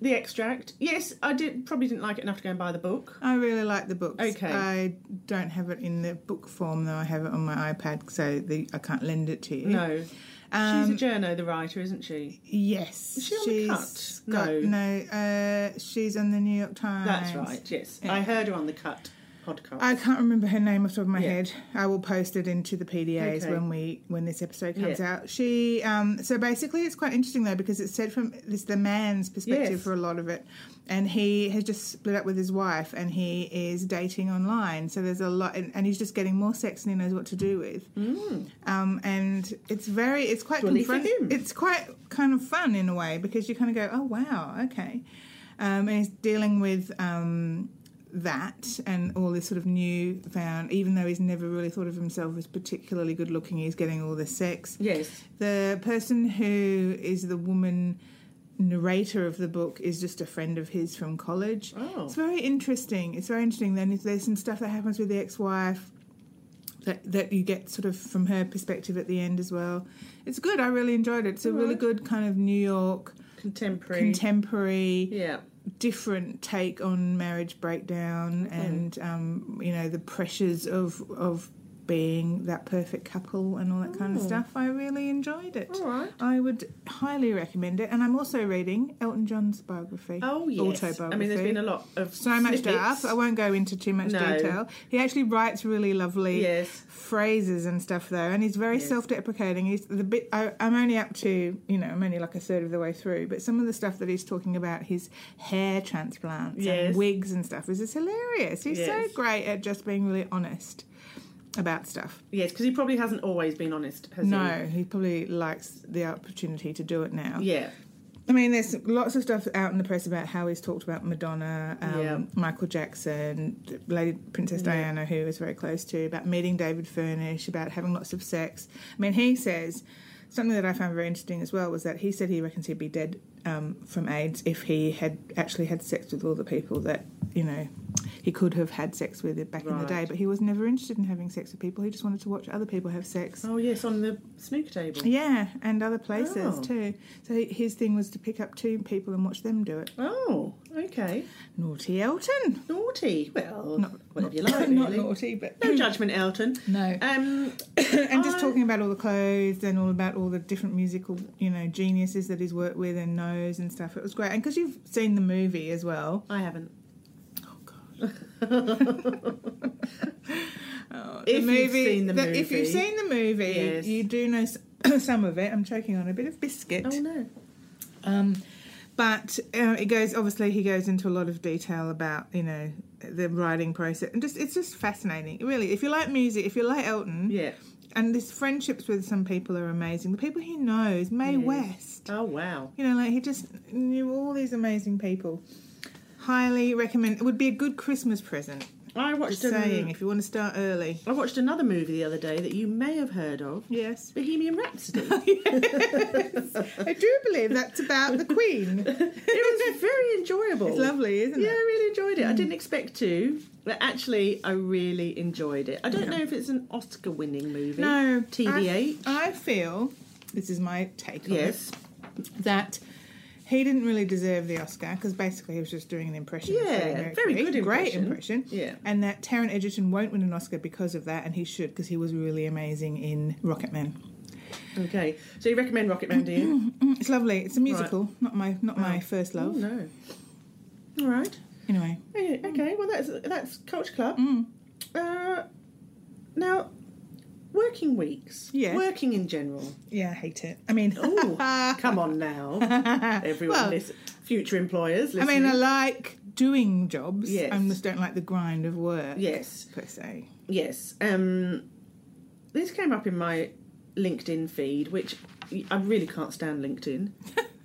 Speaker 1: The extract. Yes, I did. Probably didn't like it enough to go and buy the book.
Speaker 2: I really like the books.
Speaker 1: Okay.
Speaker 2: I don't have it in the book form though. I have it on my iPad, so the, I can't lend it to you.
Speaker 1: No,
Speaker 2: Mm. Um,
Speaker 1: she's a journo, the writer, isn't she?
Speaker 2: Yes.
Speaker 1: Is she on the
Speaker 2: she's
Speaker 1: cut?
Speaker 2: got- no. Uh, she's on the New York Times.
Speaker 1: That's right. Yes,
Speaker 2: Yeah.
Speaker 1: I heard her on the Cut podcast.
Speaker 2: I can't remember her name off the top of my
Speaker 1: Yeah.
Speaker 2: head. I will post it into the PDAs
Speaker 1: Okay.
Speaker 2: when we when this episode comes
Speaker 1: Yeah.
Speaker 2: out. She um so basically it's quite interesting though because it's said from this the man's perspective
Speaker 1: Yes.
Speaker 2: for a lot of it. And he has just split up with his wife and he is dating online. So there's a lot and, and he's just getting more sex than he knows what to do with. Um and it's very it's quite
Speaker 1: Mm. Jolly for
Speaker 2: confront-
Speaker 1: him.
Speaker 2: it's quite kind of fun in a way because you kind of go, Oh wow, okay. Um, and he's dealing with um that and all this sort of new found even though he's never really thought of himself as particularly good looking he's getting all this sex
Speaker 1: yes.
Speaker 2: the person who is the woman narrator of the book is just a friend of his from college
Speaker 1: Oh,
Speaker 2: it's very interesting it's very interesting then if there's some stuff that happens with the ex-wife that, that you get sort of from her perspective at the end as well it's good i really enjoyed it it's a really
Speaker 1: Alright.
Speaker 2: good kind of new york
Speaker 1: contemporary.
Speaker 2: contemporary
Speaker 1: yeah.
Speaker 2: different take on marriage breakdown
Speaker 1: Mm.
Speaker 2: and um, you know the pressures of of being that perfect couple and all that kind
Speaker 1: Mm.
Speaker 2: of stuff. I really enjoyed it.
Speaker 1: All right.
Speaker 2: I would highly recommend it, and I'm also reading Elton John's biography.
Speaker 1: Oh yes.
Speaker 2: autobiography.
Speaker 1: I mean, there's been a lot of
Speaker 2: so much
Speaker 1: snippets.
Speaker 2: stuff. I won't go into too much
Speaker 1: No.
Speaker 2: detail. He actually writes really lovely
Speaker 1: Yes.
Speaker 2: phrases and stuff though, and he's very
Speaker 1: Yes.
Speaker 2: self-deprecating. He's the bit I, I'm only up to, you know, I'm only like a third of the way through, but some of the stuff that he's talking about his hair transplants
Speaker 1: Yes.
Speaker 2: and wigs and stuff is just hilarious. He's
Speaker 1: Yes.
Speaker 2: so great at just being really honest about stuff.
Speaker 1: Yes, because he probably hasn't always been honest, has
Speaker 2: No, he probably likes the opportunity to do it now.
Speaker 1: he? Yeah.
Speaker 2: I mean, there's lots of stuff out in the press about how he's talked about Madonna, um,
Speaker 1: Yeah.
Speaker 2: Michael Jackson, Lady Princess
Speaker 1: Yeah.
Speaker 2: Diana, who he was very close to, about meeting David Furnish, about having lots of sex. I mean, he says something that I found very interesting as well was that he said he reckons he'd be dead um, from AIDS if he had actually had sex with all the people that you know he could have had sex with it back in the
Speaker 1: Right.
Speaker 2: day, but he was never interested in having sex with people. He just wanted to watch other people have sex.
Speaker 1: Oh yes, on the snooker table.
Speaker 2: Yeah, and other places
Speaker 1: Oh.
Speaker 2: too. So he- his thing was to pick up two people and watch them do it.
Speaker 1: Oh, okay.
Speaker 2: Naughty Elton.
Speaker 1: Naughty. Well,
Speaker 2: Not-
Speaker 1: whatever you like,
Speaker 2: Not
Speaker 1: really.
Speaker 2: naughty, but
Speaker 1: No judgment, Elton.
Speaker 2: no.
Speaker 1: Um,
Speaker 2: and just
Speaker 1: I-
Speaker 2: talking about all the clothes and all about all the different musical, you know, geniuses that he's worked with and knows and stuff. It was great, and because you've seen the movie as well.
Speaker 1: I haven't.
Speaker 2: Oh,
Speaker 1: If you've seen the
Speaker 2: if you've
Speaker 1: movie.
Speaker 2: seen the movie,
Speaker 1: Yes.
Speaker 2: you do know s- some of it. I'm choking on a bit of biscuit.
Speaker 1: Oh no.
Speaker 2: Um, but uh, it goes obviously he goes into a lot of detail about you know the writing process and just it's just fascinating really. If you like music, if you like Elton,
Speaker 1: Yeah.
Speaker 2: and his friendships with some people are amazing. The people he knows, Mae
Speaker 1: Yes.
Speaker 2: West,
Speaker 1: Oh wow.
Speaker 2: you know, like he just knew all these amazing people. Highly recommend. It would be a good Christmas present.
Speaker 1: I watched
Speaker 2: Just
Speaker 1: an,
Speaker 2: saying, if you want to start early.
Speaker 1: I watched another movie the other day that you may have heard of,
Speaker 2: Yes,
Speaker 1: Bohemian Rhapsody.
Speaker 2: Oh, I do believe that's about the Queen.
Speaker 1: it was very enjoyable.
Speaker 2: It's lovely, isn't
Speaker 1: Yeah, I
Speaker 2: it?
Speaker 1: really enjoyed it. Mm. I didn't expect to, but actually, I really enjoyed it. I don't know if it's an Oscar-winning movie.
Speaker 2: No,
Speaker 1: TBH.
Speaker 2: I, I feel this is my take on it.
Speaker 1: Yes.
Speaker 2: that he didn't really deserve the Oscar because basically he was just doing an impression. of
Speaker 1: Yeah,
Speaker 2: Freddie
Speaker 1: very
Speaker 2: Mercury.
Speaker 1: good
Speaker 2: great
Speaker 1: impression.
Speaker 2: impression.
Speaker 1: Yeah.
Speaker 2: and that Taron Egerton won't win an Oscar because of that, and he should because he was really amazing in Rocketman.
Speaker 1: Okay. So you recommend Rocketman, do you?
Speaker 2: Mm, It's lovely. It's a musical, not my not my
Speaker 1: Oh.
Speaker 2: first
Speaker 1: oh
Speaker 2: love.
Speaker 1: no. All right.
Speaker 2: Anyway,
Speaker 1: Okay. okay, Well, that's that's Coach Club.
Speaker 2: Mm.
Speaker 1: Uh, now, working weeks.
Speaker 2: Yes.
Speaker 1: Working in general.
Speaker 2: yeah, I hate it. I mean,
Speaker 1: Oh, come on now, everyone.
Speaker 2: Well,
Speaker 1: listen, future employers.
Speaker 2: I mean,
Speaker 1: Listening.
Speaker 2: I like doing jobs.
Speaker 1: Yes.
Speaker 2: I just don't like the grind of work.
Speaker 1: yes.
Speaker 2: per se.
Speaker 1: Yes. Um, this came up in my LinkedIn feed, which I really can't stand LinkedIn.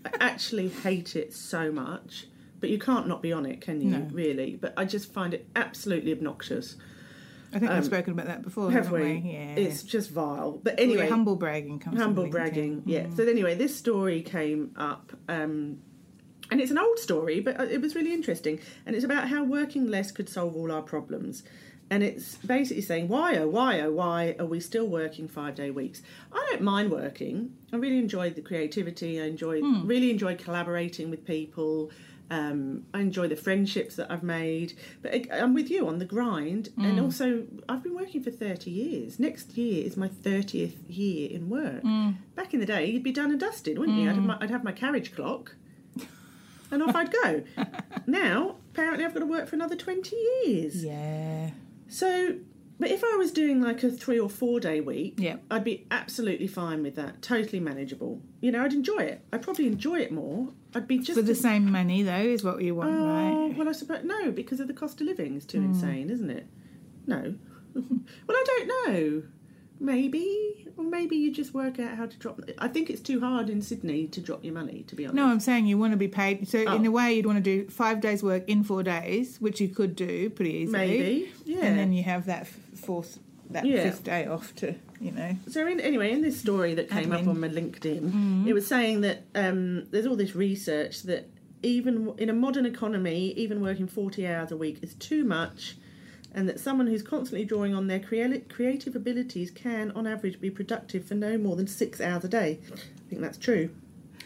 Speaker 1: I actually hate it so much. But you can't not be on it, can you?
Speaker 2: No.
Speaker 1: Really? But I just find it absolutely obnoxious.
Speaker 2: I think
Speaker 1: Um,
Speaker 2: we've spoken about that before,
Speaker 1: have
Speaker 2: haven't
Speaker 1: we?
Speaker 2: we? Yeah.
Speaker 1: It's just vile. But
Speaker 2: All your
Speaker 1: anyway,
Speaker 2: humble bragging comes. from
Speaker 1: humble
Speaker 2: LinkedIn.
Speaker 1: bragging. Yeah.
Speaker 2: Mm.
Speaker 1: So anyway, this story came up, um, and it's an old story, but uh, it was really interesting. And it's about how working less could solve all our problems. And it's basically saying, why oh why oh why are we still working five day weeks? I don't mind working. I really enjoy the creativity. I enjoy really enjoy collaborating with people. Um, I enjoy the friendships that I've made, but I- I'm with you on the grind. And also, I've been working for 30 years. Next year is my 30th year in work. Back in the day, you'd be done and dusted, wouldn't you? I'd have, my, I'd have my carriage clock and off I'd go. Now, apparently, I've got to work for another 20 years.
Speaker 2: Yeah.
Speaker 1: So, but if I was doing like a three or four day week,
Speaker 2: Yeah.
Speaker 1: I'd be absolutely fine with that. Totally manageable. You know, I'd enjoy it. I'd probably enjoy it more. I'd be just
Speaker 2: For the
Speaker 1: as
Speaker 2: same money, though, is what you want,
Speaker 1: Oh,
Speaker 2: right? Hmm.
Speaker 1: well, I suppose no, because of the cost of living is too insane, isn't it? No. well, I don't know. Maybe, or maybe you just work out how to drop. I think it's too hard in Sydney to drop your money. To be honest.
Speaker 2: No, I'm saying you want to be paid. So, in
Speaker 1: Oh.
Speaker 2: a way, you'd want to do five days' work in four days, which you could do pretty easily.
Speaker 1: Maybe. Yeah.
Speaker 2: And then you have that f- fourth, that
Speaker 1: Yeah.
Speaker 2: fifth day off to, you know.
Speaker 1: So in, anyway, in this story that came up
Speaker 2: Admin.
Speaker 1: on my LinkedIn, it was saying that um, there's all this research that even in a modern economy, even working 40 hours a week is too much, and that someone who's constantly drawing on their creali- creative abilities can, on average, be productive for no more than six hours a day. I think that's true.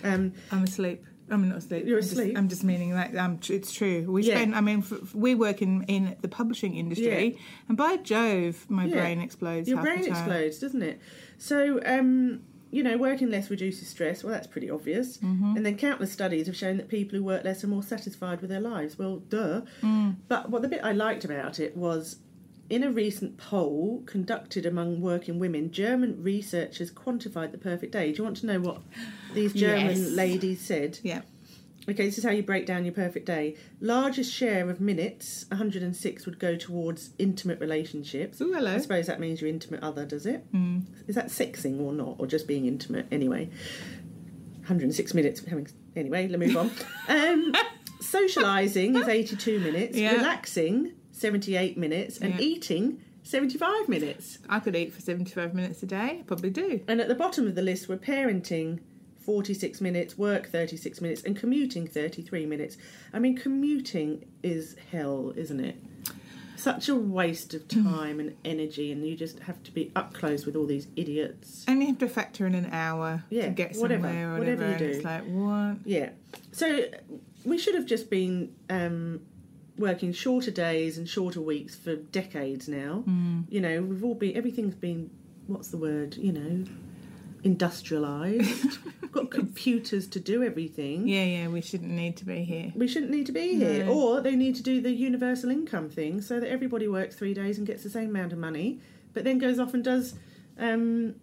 Speaker 1: Um,
Speaker 2: I'm asleep. I'm not asleep.
Speaker 1: You're
Speaker 2: I'm just-
Speaker 1: asleep?
Speaker 2: I'm just meaning like um, tr- it's true. We
Speaker 1: Yeah.
Speaker 2: spend. I mean, f- f- we work in in the publishing industry, and by Jove, my
Speaker 1: Yeah.
Speaker 2: brain explodes.
Speaker 1: Your
Speaker 2: half the
Speaker 1: brain
Speaker 2: time.
Speaker 1: explodes, doesn't it? So, um, you know, working less reduces stress. Well, that's pretty obvious.
Speaker 2: Mm-hmm.
Speaker 1: And then countless studies have shown that people who work less are more satisfied with their lives. Well, duh.
Speaker 2: Mm.
Speaker 1: But what the bit I liked about it was in a recent poll conducted among working women, German researchers quantified the perfect day. Do you want to know what these German
Speaker 2: Yes.
Speaker 1: ladies said?
Speaker 2: Yeah.
Speaker 1: Okay, this is how you break down your perfect day. Largest share of minutes, 106, would go towards intimate relationships.
Speaker 2: Ooh, hello. Hmm.
Speaker 1: I suppose that means your intimate other, does it? Mm. Is that sexing or not, or just being intimate? Anyway, 106 minutes. Having anyway, let's move on. um, socializing is 82 minutes.
Speaker 2: Yeah.
Speaker 1: Relaxing 78 minutes, and
Speaker 2: Yeah.
Speaker 1: eating 75 minutes.
Speaker 2: I could eat for seventy-five minutes a day. I probably do.
Speaker 1: And at the bottom of the list were parenting, 46 minutes, work, 36 minutes, and commuting, 33 minutes. I mean, commuting is hell, isn't it? such a waste of time and energy, and you just have to be up close with all these idiots.
Speaker 2: And you have to factor in an hour
Speaker 1: Yeah,
Speaker 2: to get somewhere
Speaker 1: whatever,
Speaker 2: or whatever.
Speaker 1: whatever you
Speaker 2: and It's
Speaker 1: do.
Speaker 2: like, what?
Speaker 1: Yeah. So we should have just been um, working shorter days and shorter weeks for decades now. You know, we've all been, everything's been, what's the word, you know, industrialised. we've got computers to do everything.
Speaker 2: Yeah, yeah, we shouldn't need to be here.
Speaker 1: We shouldn't need to be here.
Speaker 2: No.
Speaker 1: Or they need to do the universal income thing so that everybody works three days and gets the same amount of money, but then goes off and does, um,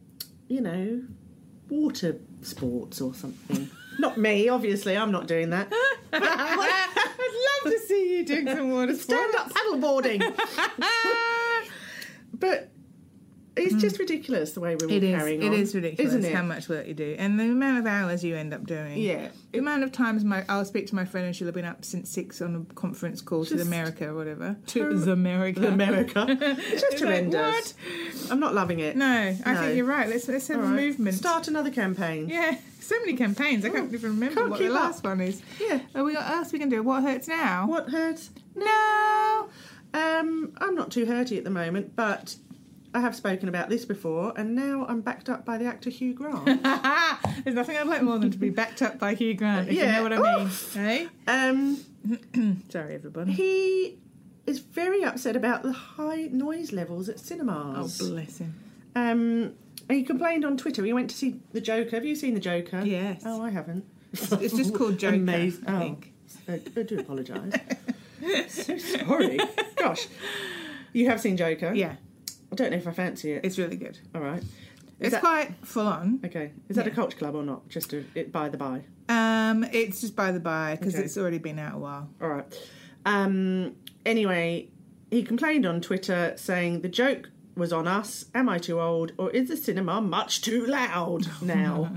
Speaker 1: you know, water sports or something. not me, obviously, I'm not doing that.
Speaker 2: I'd love to see you doing some water
Speaker 1: Stand up paddleboarding. but it's just ridiculous the way we're all
Speaker 2: Mm. It is.
Speaker 1: carrying
Speaker 2: it
Speaker 1: on.
Speaker 2: is ridiculous
Speaker 1: Isn't it?
Speaker 2: how much work you do and the amount of hours you end up doing.
Speaker 1: Yeah.
Speaker 2: The amount of times my I'll speak to my friend and she'll have been up since six on a conference call to
Speaker 1: Just-
Speaker 2: America or whatever.
Speaker 1: To
Speaker 2: the America.
Speaker 1: America. It's just
Speaker 2: It's like,
Speaker 1: horrendous. I'm not loving it.
Speaker 2: No, I
Speaker 1: No.
Speaker 2: think you're right. Let's let's have
Speaker 1: All
Speaker 2: a
Speaker 1: right.
Speaker 2: movement.
Speaker 1: Start another campaign.
Speaker 2: Yeah, so many campaigns. I can't even remember
Speaker 1: Can't
Speaker 2: what the
Speaker 1: keep up.
Speaker 2: last one is.
Speaker 1: yeah.
Speaker 2: Oh, we got else we can do. What hurts now?
Speaker 1: What hurts? No. Um, I'm not too hurty at the moment, but I have spoken about this before, and now I'm backed up by the actor Hugh Grant.
Speaker 2: There's nothing I'd like more than to be backed up by Hugh Grant. If
Speaker 1: Yeah.
Speaker 2: you know what I mean. Hey,
Speaker 1: um,
Speaker 2: sorry everybody.
Speaker 1: he is very upset about the high noise levels at
Speaker 2: Oh
Speaker 1: cinemas.
Speaker 2: bless him.
Speaker 1: um, he complained on Twitter. He went to see the Joker. Have you seen the Joker?
Speaker 2: Yes.
Speaker 1: Oh, I haven't.
Speaker 2: It's just called Joker.
Speaker 1: Amazing.
Speaker 2: I
Speaker 1: Oh.
Speaker 2: think.
Speaker 1: I, I do apologise.
Speaker 2: Oh.
Speaker 1: so sorry. Gosh, you have seen Joker.
Speaker 2: Yeah,
Speaker 1: I don't know if I fancy it.
Speaker 2: it's really good.
Speaker 1: All right. Is
Speaker 2: It's
Speaker 1: that-
Speaker 2: quite full on.
Speaker 1: Okay, is that a
Speaker 2: Yeah.
Speaker 1: culture club or not? Just a, it, by the by.
Speaker 2: Um, it's just by the by because
Speaker 1: Okay.
Speaker 2: it's already been out a while.
Speaker 1: All right. Um, anyway, he complained on Twitter saying the joke was on us. Am I too old, or is the cinema much too loud now?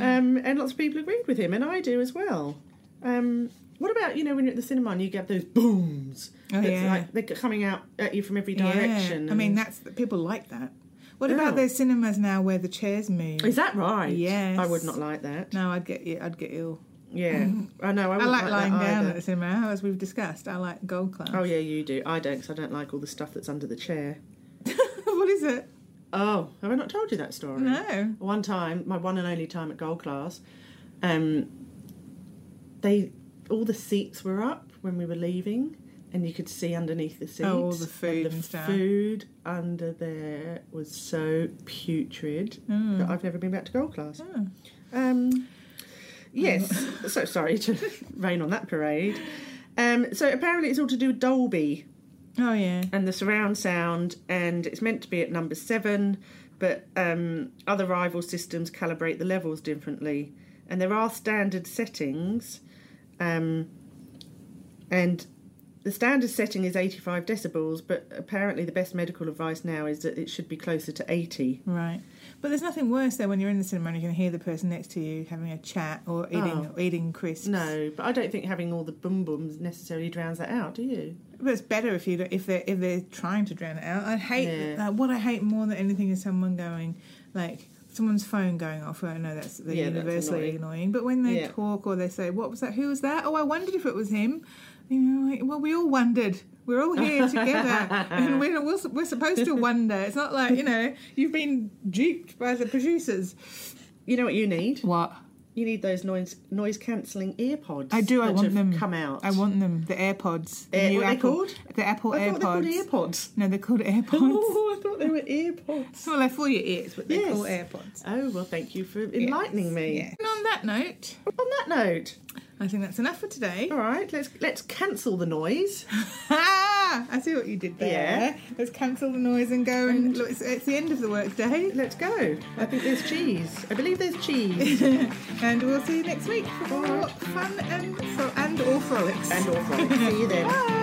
Speaker 1: um, and lots of people agreed with him, and I do as well. Um, what about you know when you're at the cinema and you get those booms?
Speaker 2: Oh,
Speaker 1: That's
Speaker 2: yeah.
Speaker 1: like they're coming out at you from every
Speaker 2: Yeah.
Speaker 1: direction.
Speaker 2: I mean,
Speaker 1: and-
Speaker 2: that's people like that. What
Speaker 1: Oh.
Speaker 2: about those cinemas now where the chairs move?
Speaker 1: is that right?
Speaker 2: Yes.
Speaker 1: I would not like that.
Speaker 2: No, I'd get I'd get ill.
Speaker 1: Yeah, I know. I,
Speaker 2: I
Speaker 1: wouldn't
Speaker 2: like, lying
Speaker 1: that
Speaker 2: down
Speaker 1: either.
Speaker 2: at the cinema, as we've discussed. I like gold class.
Speaker 1: Oh yeah, you do. I don't, 'cause I don't like all the stuff that's under the chair.
Speaker 2: what is it?
Speaker 1: Oh, have I not told you that story?
Speaker 2: No.
Speaker 1: One time, my one and only time at gold class, um, they all the seats were up when we were leaving, and you could see underneath the seats.
Speaker 2: Oh, all the food
Speaker 1: the
Speaker 2: and stuff.
Speaker 1: food under there was so putrid that I've never been back to gold class.
Speaker 2: Hmm. Oh.
Speaker 1: Um, yes, so sorry to rain on that parade. Um, so apparently, it's all to do with Dolby
Speaker 2: Oh yeah.
Speaker 1: and the surround sound, and it's meant to be at number seven, but um, other rival systems calibrate the levels differently, and there are standard settings, um, and the standard setting is 85 decibels, but apparently the best medical advice now is that it should be closer to 80.
Speaker 2: Right. But there's nothing worse though when you're in the cinema and you can hear the person next to you having a chat or eating eating crisps.
Speaker 1: Oh. No, but I don't think having all the boom booms necessarily drowns that out, do you?
Speaker 2: But it's better if you don't- if they are if they're trying to drown it out. I hate
Speaker 1: Yeah.
Speaker 2: like, what I hate more than anything is someone going like someone's phone going off. I know that's the
Speaker 1: Yeah, that's
Speaker 2: universally
Speaker 1: annoying.
Speaker 2: annoying. but when they
Speaker 1: Yeah.
Speaker 2: talk or they say, "What was that? Who was that? Oh, I wondered if it was him." You know, like, well, we all wondered. We're all here together, and we're, we're we're supposed to wonder. It's not like you know you've been duped by the producers.
Speaker 1: You know what you need?
Speaker 2: What
Speaker 1: You need those noise noise cancelling earpods.
Speaker 2: I do, I
Speaker 1: that
Speaker 2: want
Speaker 1: have
Speaker 2: them.
Speaker 1: Come out.
Speaker 2: I want them, the AirPods, the
Speaker 1: Eh,
Speaker 2: new
Speaker 1: what are they
Speaker 2: Apple,
Speaker 1: called?
Speaker 2: the Apple
Speaker 1: I
Speaker 2: AirPods.
Speaker 1: thought they're called earpods.
Speaker 2: no, they're called AirPods.
Speaker 1: Oh, I thought they were earpods.
Speaker 2: Well, they're for your ears, but they're
Speaker 1: Yes.
Speaker 2: called AirPods.
Speaker 1: Oh, well, thank you for enlightening
Speaker 2: Yes,
Speaker 1: me.
Speaker 2: yes. And on that note,
Speaker 1: On that note,
Speaker 2: I think that's enough for today.
Speaker 1: all right, let's let's cancel the noise.
Speaker 2: Ah, I see what you did there. Let's cancel the noise and go and look. It's, it's the end of the workday.
Speaker 1: Let's go. I think there's cheese. I believe there's cheese.
Speaker 2: and we'll see you next week for more fun and, fro- and all frolics.
Speaker 1: and all right. See you then.
Speaker 2: Bye.